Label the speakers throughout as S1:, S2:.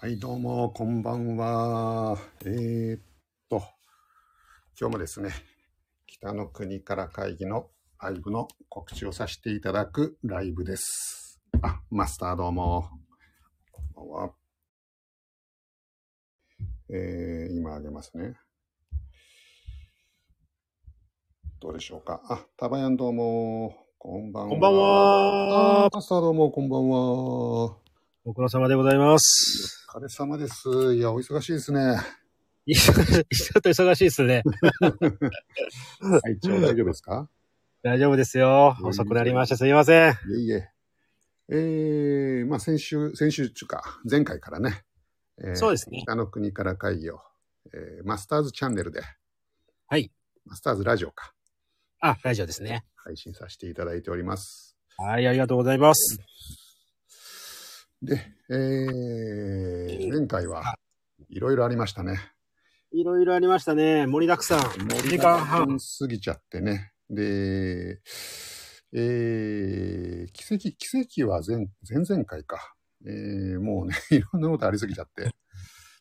S1: はい、どうも、こんばんは。えー、っと、今日もですね、北の国から会議のライブの告知をさせていただくライブです。あ、マスターどうも。こんばんは。えー、今あげますね。どうでしょうか。あ、タバヤンどうも。こんばんは。
S2: こんばんは。
S1: あマスターどうも、こんばんは。
S2: ご苦労様でございます。
S1: お疲れ様です。いや、お忙しいですね。
S2: ちょっと忙しいですね。
S1: 体調大丈夫ですか
S2: 大丈夫ですよ。遅くなりました。すいません。
S1: いえいえ。えー、まあ先週、先週中か、前回からね、
S2: えー、そうですね。
S1: 北の国から会議を、えー、マスターズチャンネルで、
S2: はい。
S1: マスターズラジオか。
S2: あ、ラジオですね。
S1: 配信させていただいております。
S2: はい、ありがとうございます。
S1: で、えー、前回はいろいろありましたね。
S2: いろいろありましたね。盛りだくさん。
S1: 盛りだくさん過ぎちゃってね。で、えー、奇跡、奇跡は前、前々回か。えー、もうね、 いろんなことありすぎちゃって。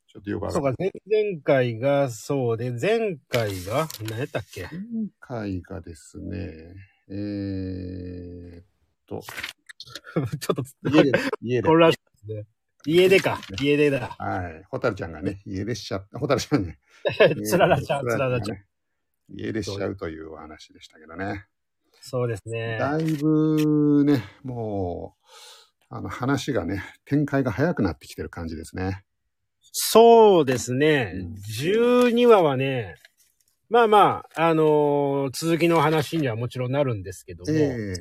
S1: ちょっとよくわ
S2: かんない。そうか、前回がそうで、前回が、何やったっけ 前
S1: 回がですね、えー、っと、
S2: ちょっと、
S1: 家で、家で。
S2: 家でか、家でだ。
S1: はい。ホタルちゃんがね、家出しちゃった。ホタルちゃんね。
S2: つららちゃん、つららちゃん。
S1: 家出しちゃうというお話でしたけどね。
S2: そうですね。
S1: だいぶね、もう、あの話がね、展開が早くなってきてる感じですね。
S2: そうですね。うん、12話はね、まあまあ、あのー、続きの話にはもちろんなるんですけども、えー、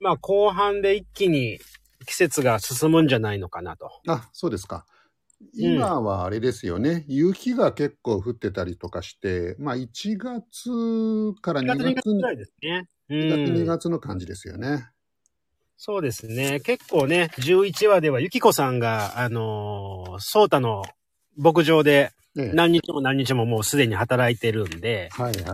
S2: まあ後半で一気に季節が進むんじゃないのかなと。
S1: あ、そうですか。今はあれですよね、うん、雪が結構降ってたりとかして、まあ1月から2月。
S2: 2月ぐらいですね。
S1: うん、1月2月の感じですよね。
S2: そうですね。結構ね、11話ではゆきこさんが、あのー、ソータの牧場で何日も何日ももうすでに働いてるんで、
S1: はいはい。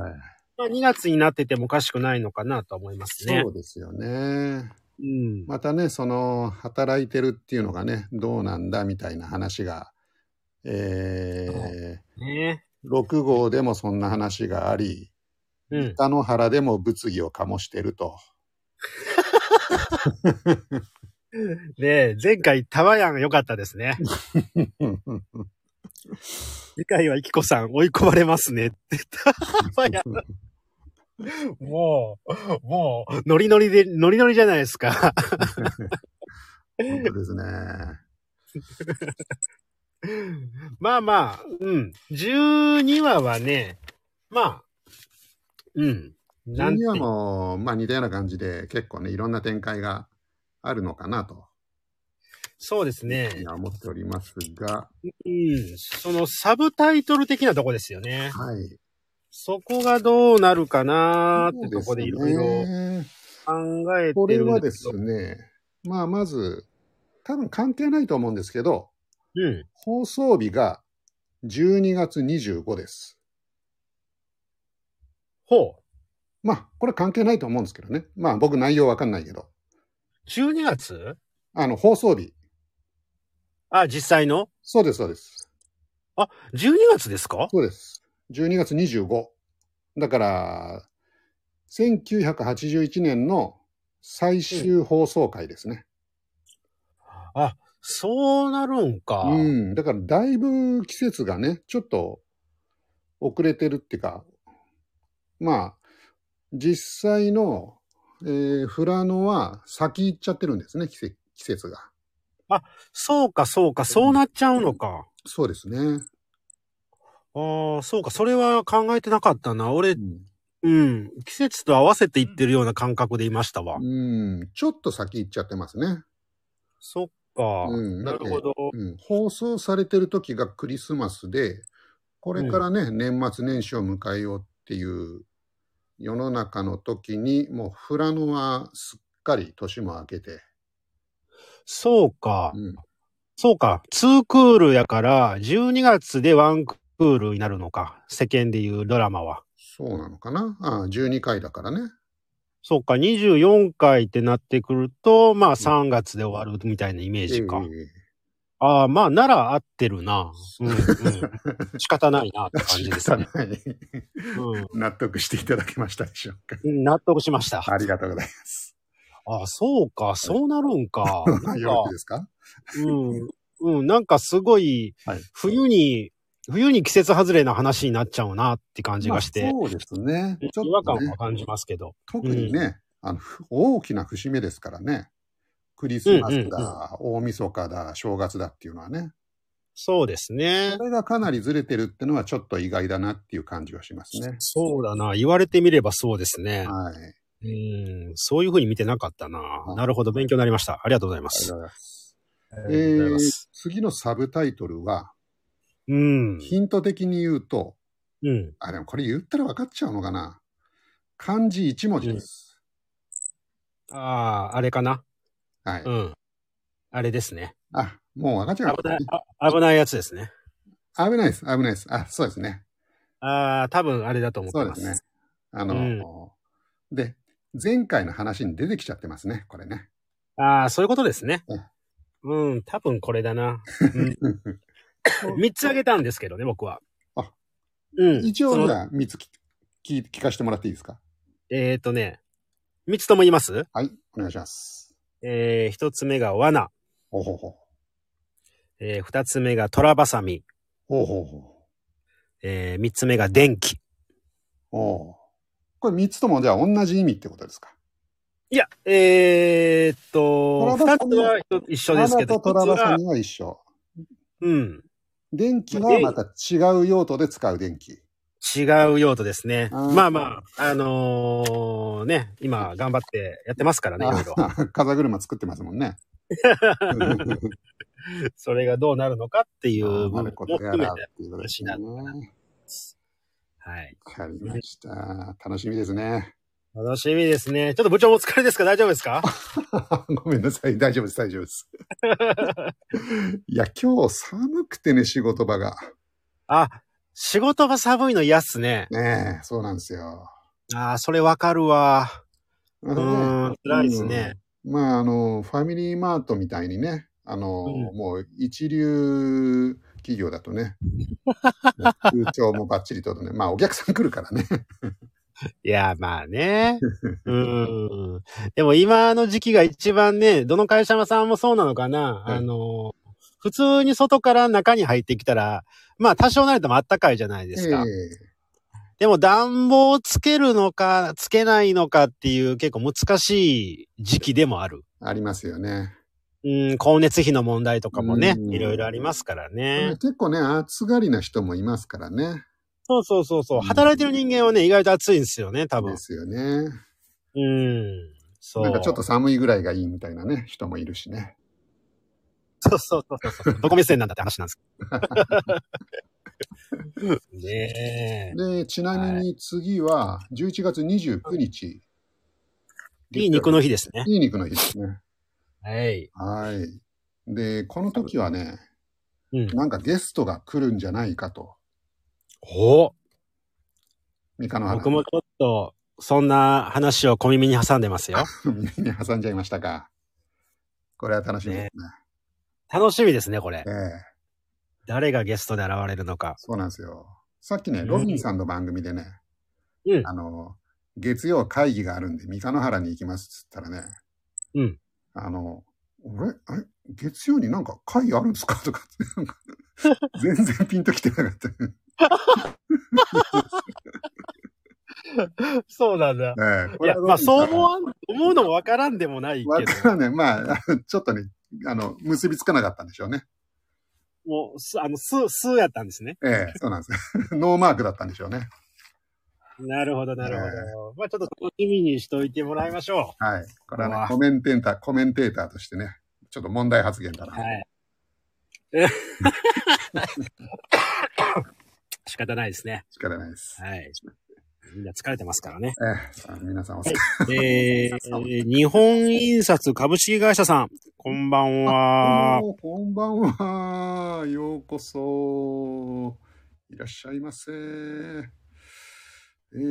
S2: まあ2月になっててもおかしくないのかなと思いますね。
S1: そうですよね。
S2: うん、
S1: またねその働いてるっていうのがねどうなんだみたいな話が、え
S2: ーね、
S1: 6号でもそんな話があり、うん、北の原でも物議を醸してると。
S2: ね前回タワヤン良かったですね。次回はイキコさん追い込まれますねって言った。タワヤンもう、もう、ノリノリで、ノリノリじゃないですか。
S1: 本当ですね。
S2: まあまあ、うん。12話はね、まあ、うん。
S1: 12話も、まあ似たような感じで、結構ね、いろんな展開があるのかなと。
S2: そうですね。
S1: 思っておりますが。
S2: うん。そのサブタイトル的なとこですよね。
S1: はい。
S2: そこがどうなるかなってとこでいろいろ考えてる
S1: これはですね、まあまず、多分関係ないと思うんですけど、
S2: うん、
S1: 放送日が12月25です。
S2: ほう。
S1: まあ、これ関係ないと思うんですけどね。まあ僕内容わかんないけど。
S2: 12月
S1: あの、放送日。
S2: あ、実際の
S1: そうです、そうです。
S2: あ、12月ですか
S1: そうです。12月25。だから、1981年の最終放送回ですね。
S2: うん、あ、そうなるんか。
S1: うん。だから、だいぶ季節がね、ちょっと遅れてるっていうか、まあ、実際の、えー、フラノは先行っちゃってるんですね、季節が。
S2: あ、そうか、そうか、そうなっちゃうのか。うん、
S1: そうですね。
S2: ああ、そうか。それは考えてなかったな。俺、うん、うん、季節と合わせていってるような感覚でいましたわ。
S1: うん。ちょっと先行っちゃってますね。
S2: そっか。
S1: うん、
S2: なるほど、
S1: うん。放送されてる時がクリスマスで、これからね、うん、年末年始を迎えようっていう世の中の時に、もうフラノはすっかり年も明けて。
S2: そうか。うん、そうか。ツークールやから、12月でワンククールになるのか、世間でいうドラマは。
S1: そうなのかな。ああ、12回だからね。
S2: そうか、24回ってなってくると、まあ3月で終わるみたいなイメージか。えー、ああ、まあ、なら合ってるな。う ん、うん。仕方ないなって感じですね。
S1: はい 納得していただけましたでしょう か。
S2: うん。納得しました。
S1: ありがとうございます。
S2: ああ、そうか、そうなるん か。なん
S1: よろ
S2: か
S1: しい、ですか
S2: うん、うん、なんかすごい
S1: はい、
S2: 冬に、冬に季節外れな話になっちゃうなって感じがして、
S1: まあそうですね。ち
S2: 違
S1: ょ
S2: 和
S1: っと
S2: 感
S1: ね
S2: は感じますけど。
S1: 特にね、あの、ふ大きな節目ですからね。クリスマスだ、大晦日だ、正月だっていうのはね。
S2: そうですね
S1: こ。れがかなりずれてるってのはちょっと意外だなっていう感じがしますね。
S2: そうだな。言われてみればそうですね。
S1: はい。ありが
S2: うん、そういうふうに見てなかったな。
S1: い
S2: なるほど、勉強になりました。ありがとうございま
S1: とう
S2: す。
S1: ございます。
S2: あ
S1: え
S2: りがとうござい
S1: ー
S2: ます。
S1: 次のサブタイトルは、
S2: うん。
S1: ヒント的に言うと、
S2: うん。
S1: あ、でもこれ言ったら分かっちゃうのかな。漢字一文字です。
S2: ああ、あれかな。
S1: はい。
S2: うん。あれですね。
S1: あ、もう分かっちゃう
S2: 危ない、あ危ないやつですね。
S1: 危ないです、危ないです。あ、そうですね。
S2: ああ、多分あれだと思っ
S1: そ
S2: て
S1: うで
S2: ます
S1: ね。
S2: す。
S1: あの、で、前回の話に出てきちゃってますね、これね。
S2: ああ、そういうことですね
S1: うん。
S2: うん、多分これだな。3つあげたんですけどね、僕は。
S1: あ
S2: うん。
S1: 一応、
S2: そ
S1: じ
S2: の
S1: ゃあ、3つきき聞かせてもらっていいですか。
S2: えっ、とね、3つとも言います
S1: はい、お願いします。
S2: えー、1つ目が罠。
S1: ほうほうほう。
S2: えー、2つ目が虎バサミ。
S1: ほうほうほう。
S2: えー、3つ目が電気。
S1: おうこれ3つとも、じゃあ、同じ意味ってことですか。
S2: いや、えー、っと、
S1: 虎バ
S2: 2
S1: サ
S2: つ
S1: ミは
S2: は一緒ですけど、
S1: 花と虎
S2: 一
S1: バ
S2: つ
S1: サ
S2: は
S1: ミは一緒。
S2: うん、
S1: 電気はまた違う用途で使う電気。
S2: 違う用途ですね。
S1: あー
S2: まあまあ、あのーね、今頑張ってやってますからね、いろいろ。
S1: あ風車作ってますもんね。
S2: それがどうなるのかって いう部
S1: な
S2: 分も
S1: ることや
S2: 含め。
S1: らってていうことですね。
S2: はい。
S1: わかりました。楽しみですね。
S2: 楽しみですね。ちょっと部長お疲れですか大丈夫で すか
S1: ごめんなさい。大丈夫です。大丈夫 です。いや、今日寒くてね、仕事場が。
S2: あ、仕事が寒いの嫌っすね。
S1: ねえ、そうなんですよ。
S2: ああ、それわかるわ。
S1: う
S2: うーん、辛いですね。
S1: うん。まあ、あの、ファミリーマートみたいにね、あの、
S2: う
S1: もう一流企業だと ね、空調もバッチリとね、まあ、お客さん来るからね。
S2: いや、ま あね。うん。でも今の時期が一番ね、どの会社さんもそうなのかな。
S1: はい
S2: あの、普通に外から中に入ってきたら、まあ多少なりともあったかいじゃないですか。
S1: え
S2: でも暖房をつけるのか、つけないのかっていう結構難しい時期でもある。
S1: えありますよね。
S2: うん、光熱費の問題とかもね
S1: う、ん
S2: いろいろありますからね。
S1: 結構ね、暑がりな人もいますからね。
S2: そうそうそうそうう。
S1: ん
S2: 働いてる人間はね、意外と暑いんですよね、多分
S1: で。すよね。
S2: うん。そう。
S1: なんかちょっと寒いぐらいがいいみたいなね、人もいるしね。
S2: そうそうそうそうそう。どこ目線なんだって話なん ですけど。ね
S1: で、ちなみに次は、11月29日。
S2: え。いい肉の日ですね。
S1: いい肉の日ですね。
S2: はい。
S1: はい。で、この時はね、
S2: うん。
S1: なんかゲストが来るんじゃないかと。
S2: お
S1: 三日の花。
S2: 僕もちょっと、そんな話を小耳に挟んでますよ。
S1: 耳に挟んじゃいましたか。これは楽しみですね。
S2: 楽しみですね、これ
S1: え。え
S2: 誰がゲストで現れる のか。
S1: そうなんですよ。さっきね、
S2: うん
S1: ロビンさんの番組でね、
S2: うん
S1: あの、月曜会議があるんで、三日野原に行きますっつったらね、
S2: うん
S1: あの、俺、あれ月曜になんか会議あるんですかとかって、なんか、全然ピンときてなかった。 え
S2: そうなんだ。
S1: え
S2: いや、まあ、そう思
S1: は
S2: わん、思うのもわからんでもないけ
S1: わ
S2: ど。
S1: からない。まあ、 ちょっとね、あの、結びつかなかったんでしょうね。
S2: もう、すあの、す、すやったんですね。
S1: ええ、そうなんです。 ノーマークだったんでしょうね。
S2: なるほど、なるほど。まあ、ちょっと楽しみにしといてもらいましょ
S1: はい。これは
S2: う
S1: ね
S2: わ、
S1: コメンテーター、コメンテーターとしてね、ちょっと問題発言だ
S2: う。
S1: な。
S2: はい。え仕方ないですね。
S1: 仕方ないです。
S2: はい。みんな疲れてますから ね。
S1: ええ、さあ皆さんお疲れ
S2: えー、日本印刷株式会社さん、こんばんは。
S1: どうもこんばんは。ようこそ。いらっしゃいませ。えー、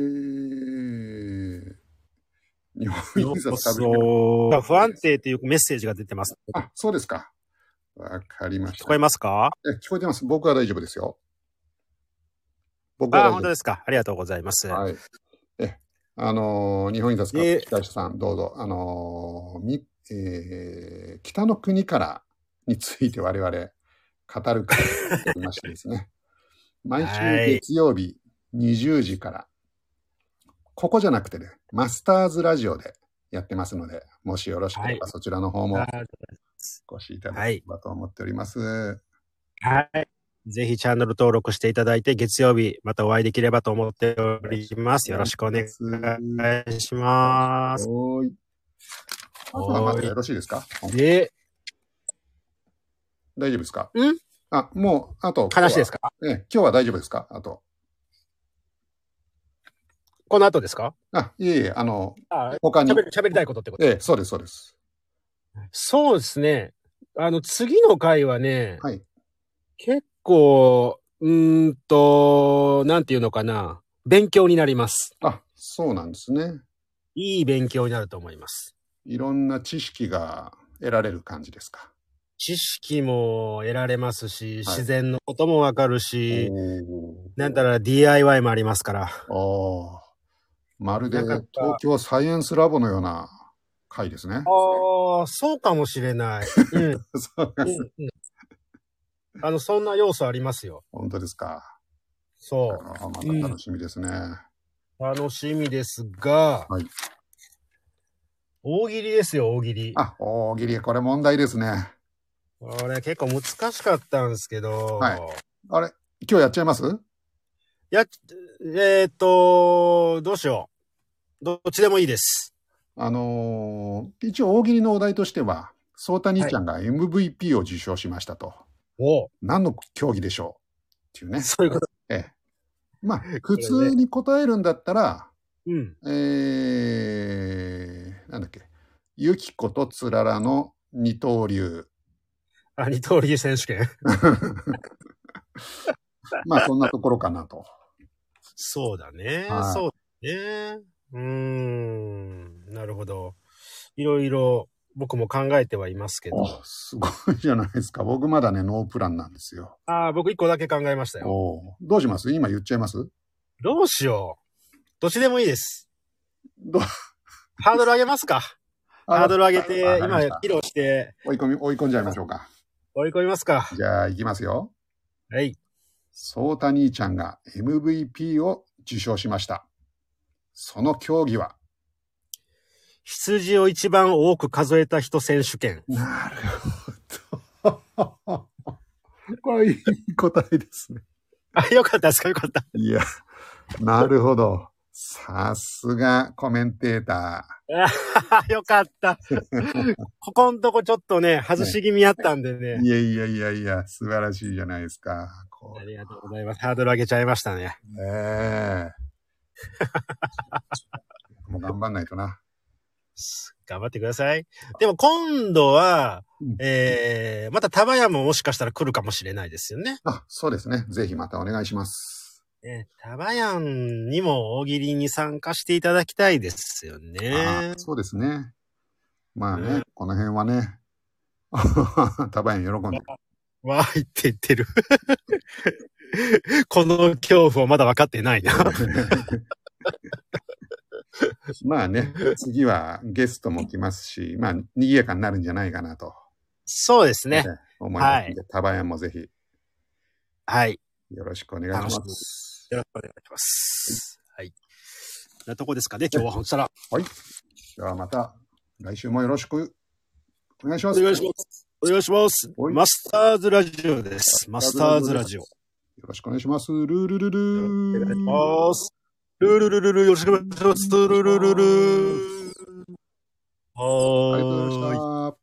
S1: 日本
S2: よ
S1: 印
S2: うこ
S1: 刷株式会社
S2: そ不安定というメッセージが出てます。
S1: あ、そうですか。わかりまし
S2: 聞
S1: た。
S2: こえますか
S1: え聞こえてます。僕は大丈夫ですよ。僕
S2: あ
S1: は
S2: あ、
S1: 大丈
S2: 本
S1: 夫
S2: 当ですか。ありがとうございます。
S1: はい。え、あのー日本印刷
S2: え
S1: 学北下さん、どうぞ、あのーみ、えー北の国からについて我々、語る会をやっておりましてです ね、毎
S2: は
S1: 週
S2: い
S1: 月曜日20時から、ここじゃなくてね、マスターズラジオでやってますので、もしよろしければそちらの方も
S2: あー
S1: お越しいただければと思っております。
S2: はい。ぜひチャンネル登録していただいて、月曜日またお会いできればと思っております。よろしくお願いします。
S1: おーい。あとはまだよろしいですか
S2: で、
S1: 大丈夫ですか
S2: ん
S1: あ、もう、あと。
S2: 話です
S1: か
S2: か
S1: ええ、今日は大丈夫ですかあと。
S2: この後ですか
S1: あ、いえいえ、あの、
S2: あ
S1: 他に
S2: 喋。り、喋りたいことってこと
S1: ええ、そうです、そうです。
S2: そうですね。あの、次の回はね、
S1: はい。
S2: 結構、うーんと、なんていうのかな。勉強になります。
S1: あ、そうなんですね。
S2: いい勉強になると思います。
S1: いろんな知識が得られる感じですか。
S2: 知識も得られますし、
S1: はい
S2: 自然のこともわかるし、
S1: お
S2: なんたら DIY もありますから。
S1: おー。まるで
S2: なんか
S1: 東京サイエンスラボのような回ですね。
S2: ああ、そうかもしれない。うん。うん
S1: そう
S2: うんあの、そんな要素ありますよ。
S1: 本当ですか。あ
S2: そ
S1: らまた楽しみですね。
S2: う。楽しみですが、
S1: はい
S2: 大喜利ですよ、大喜利。
S1: あ、大喜利、これ問題ですね。
S2: これ結構難しかったんですけど、
S1: はいあれ、今日やっちゃいます
S2: やっ、えーっと、どうしよう。どっちでもいいです。
S1: あのー一応大喜利のお題としては、ソータ兄ちゃんが MVP を受賞しましたと。
S2: お
S1: 何の競技でしょうっていうね。
S2: そういうこと。
S1: ええ、まあ、普通に答えるんだったら、
S2: うん。
S1: えー、なんだっけ、ゆきことつららの二刀流。
S2: あ、二刀流選手権。
S1: まあ、そんなところかな と。
S2: そうだね。
S1: はい
S2: そうだね。うーん。なるほど。いろいろ僕も考えてはいますけど。
S1: おすごいじゃないですか。僕まだね、ノープランなんですよ。
S2: ああ、僕一個だけ考えましたよ。
S1: おどうします今言っちゃいます
S2: どうしよう。どっちでもいいです。
S1: どう
S2: ハードル上げますか。ハードル上げ
S1: わ
S2: て、
S1: かり
S2: 今
S1: ました
S2: 披露して
S1: 追い込み、追い込んじゃいましょうか。
S2: 追い込みますか。
S1: じゃあ、いきますよ。
S2: はい。
S1: ソータ兄ちゃんが MVP を受賞しました。その競技は
S2: 羊を一番多く数えた人選手権。
S1: なるほど。 これいい答えですね。
S2: あ、よかったですか、よかった。
S1: いや、なるほど。さすがコメンテータ
S2: あよかっ た。ここんとこちょっとね、外し気味やったんで
S1: ー。
S2: ね。
S1: いやいやいやいや、素晴らしいじゃないですか。こ
S2: あ
S1: う
S2: りがとうございます。ハードル上げちゃいましたね。
S1: ね。もう頑張んないとな。
S2: 頑張ってください。でも今度は
S1: うん、
S2: えー、また玉屋ももしかしたら来るかもしれないですよね。
S1: あ、そうですね。ぜひまたお願いします。
S2: ねタバヤンにも大喜利に参加していただきたいですよね
S1: あ。そうですね。まあね、
S2: うん
S1: この辺はね、 多分喜んで。
S2: わーいって言ってる。 この恐怖をまだ分かってないな。
S1: まあね、次はゲストも来ますし、まあ、賑やかになるんじゃないかなと
S2: そうですね。
S1: 思いますので、タバヤンもぜひ
S2: はい。
S1: よろしくお願いし
S2: 楽しみ
S1: ま。
S2: ですよろしくお願いします。はい。なとこですかね、今日は。ほんとたら。
S1: ではまた来週もよろしくお願いし
S2: お
S1: ます。
S2: 願いします。お願いします。
S1: はい
S2: マスターズラジオです。マスターズラジオ。
S1: よろしくお願いします。ルールルル
S2: お願いし
S1: ー。
S2: ます。ルールルルル、よろしくお願いします。ルールルルル。
S1: あ
S2: は
S1: りがとうござい
S2: ーい
S1: まし。た。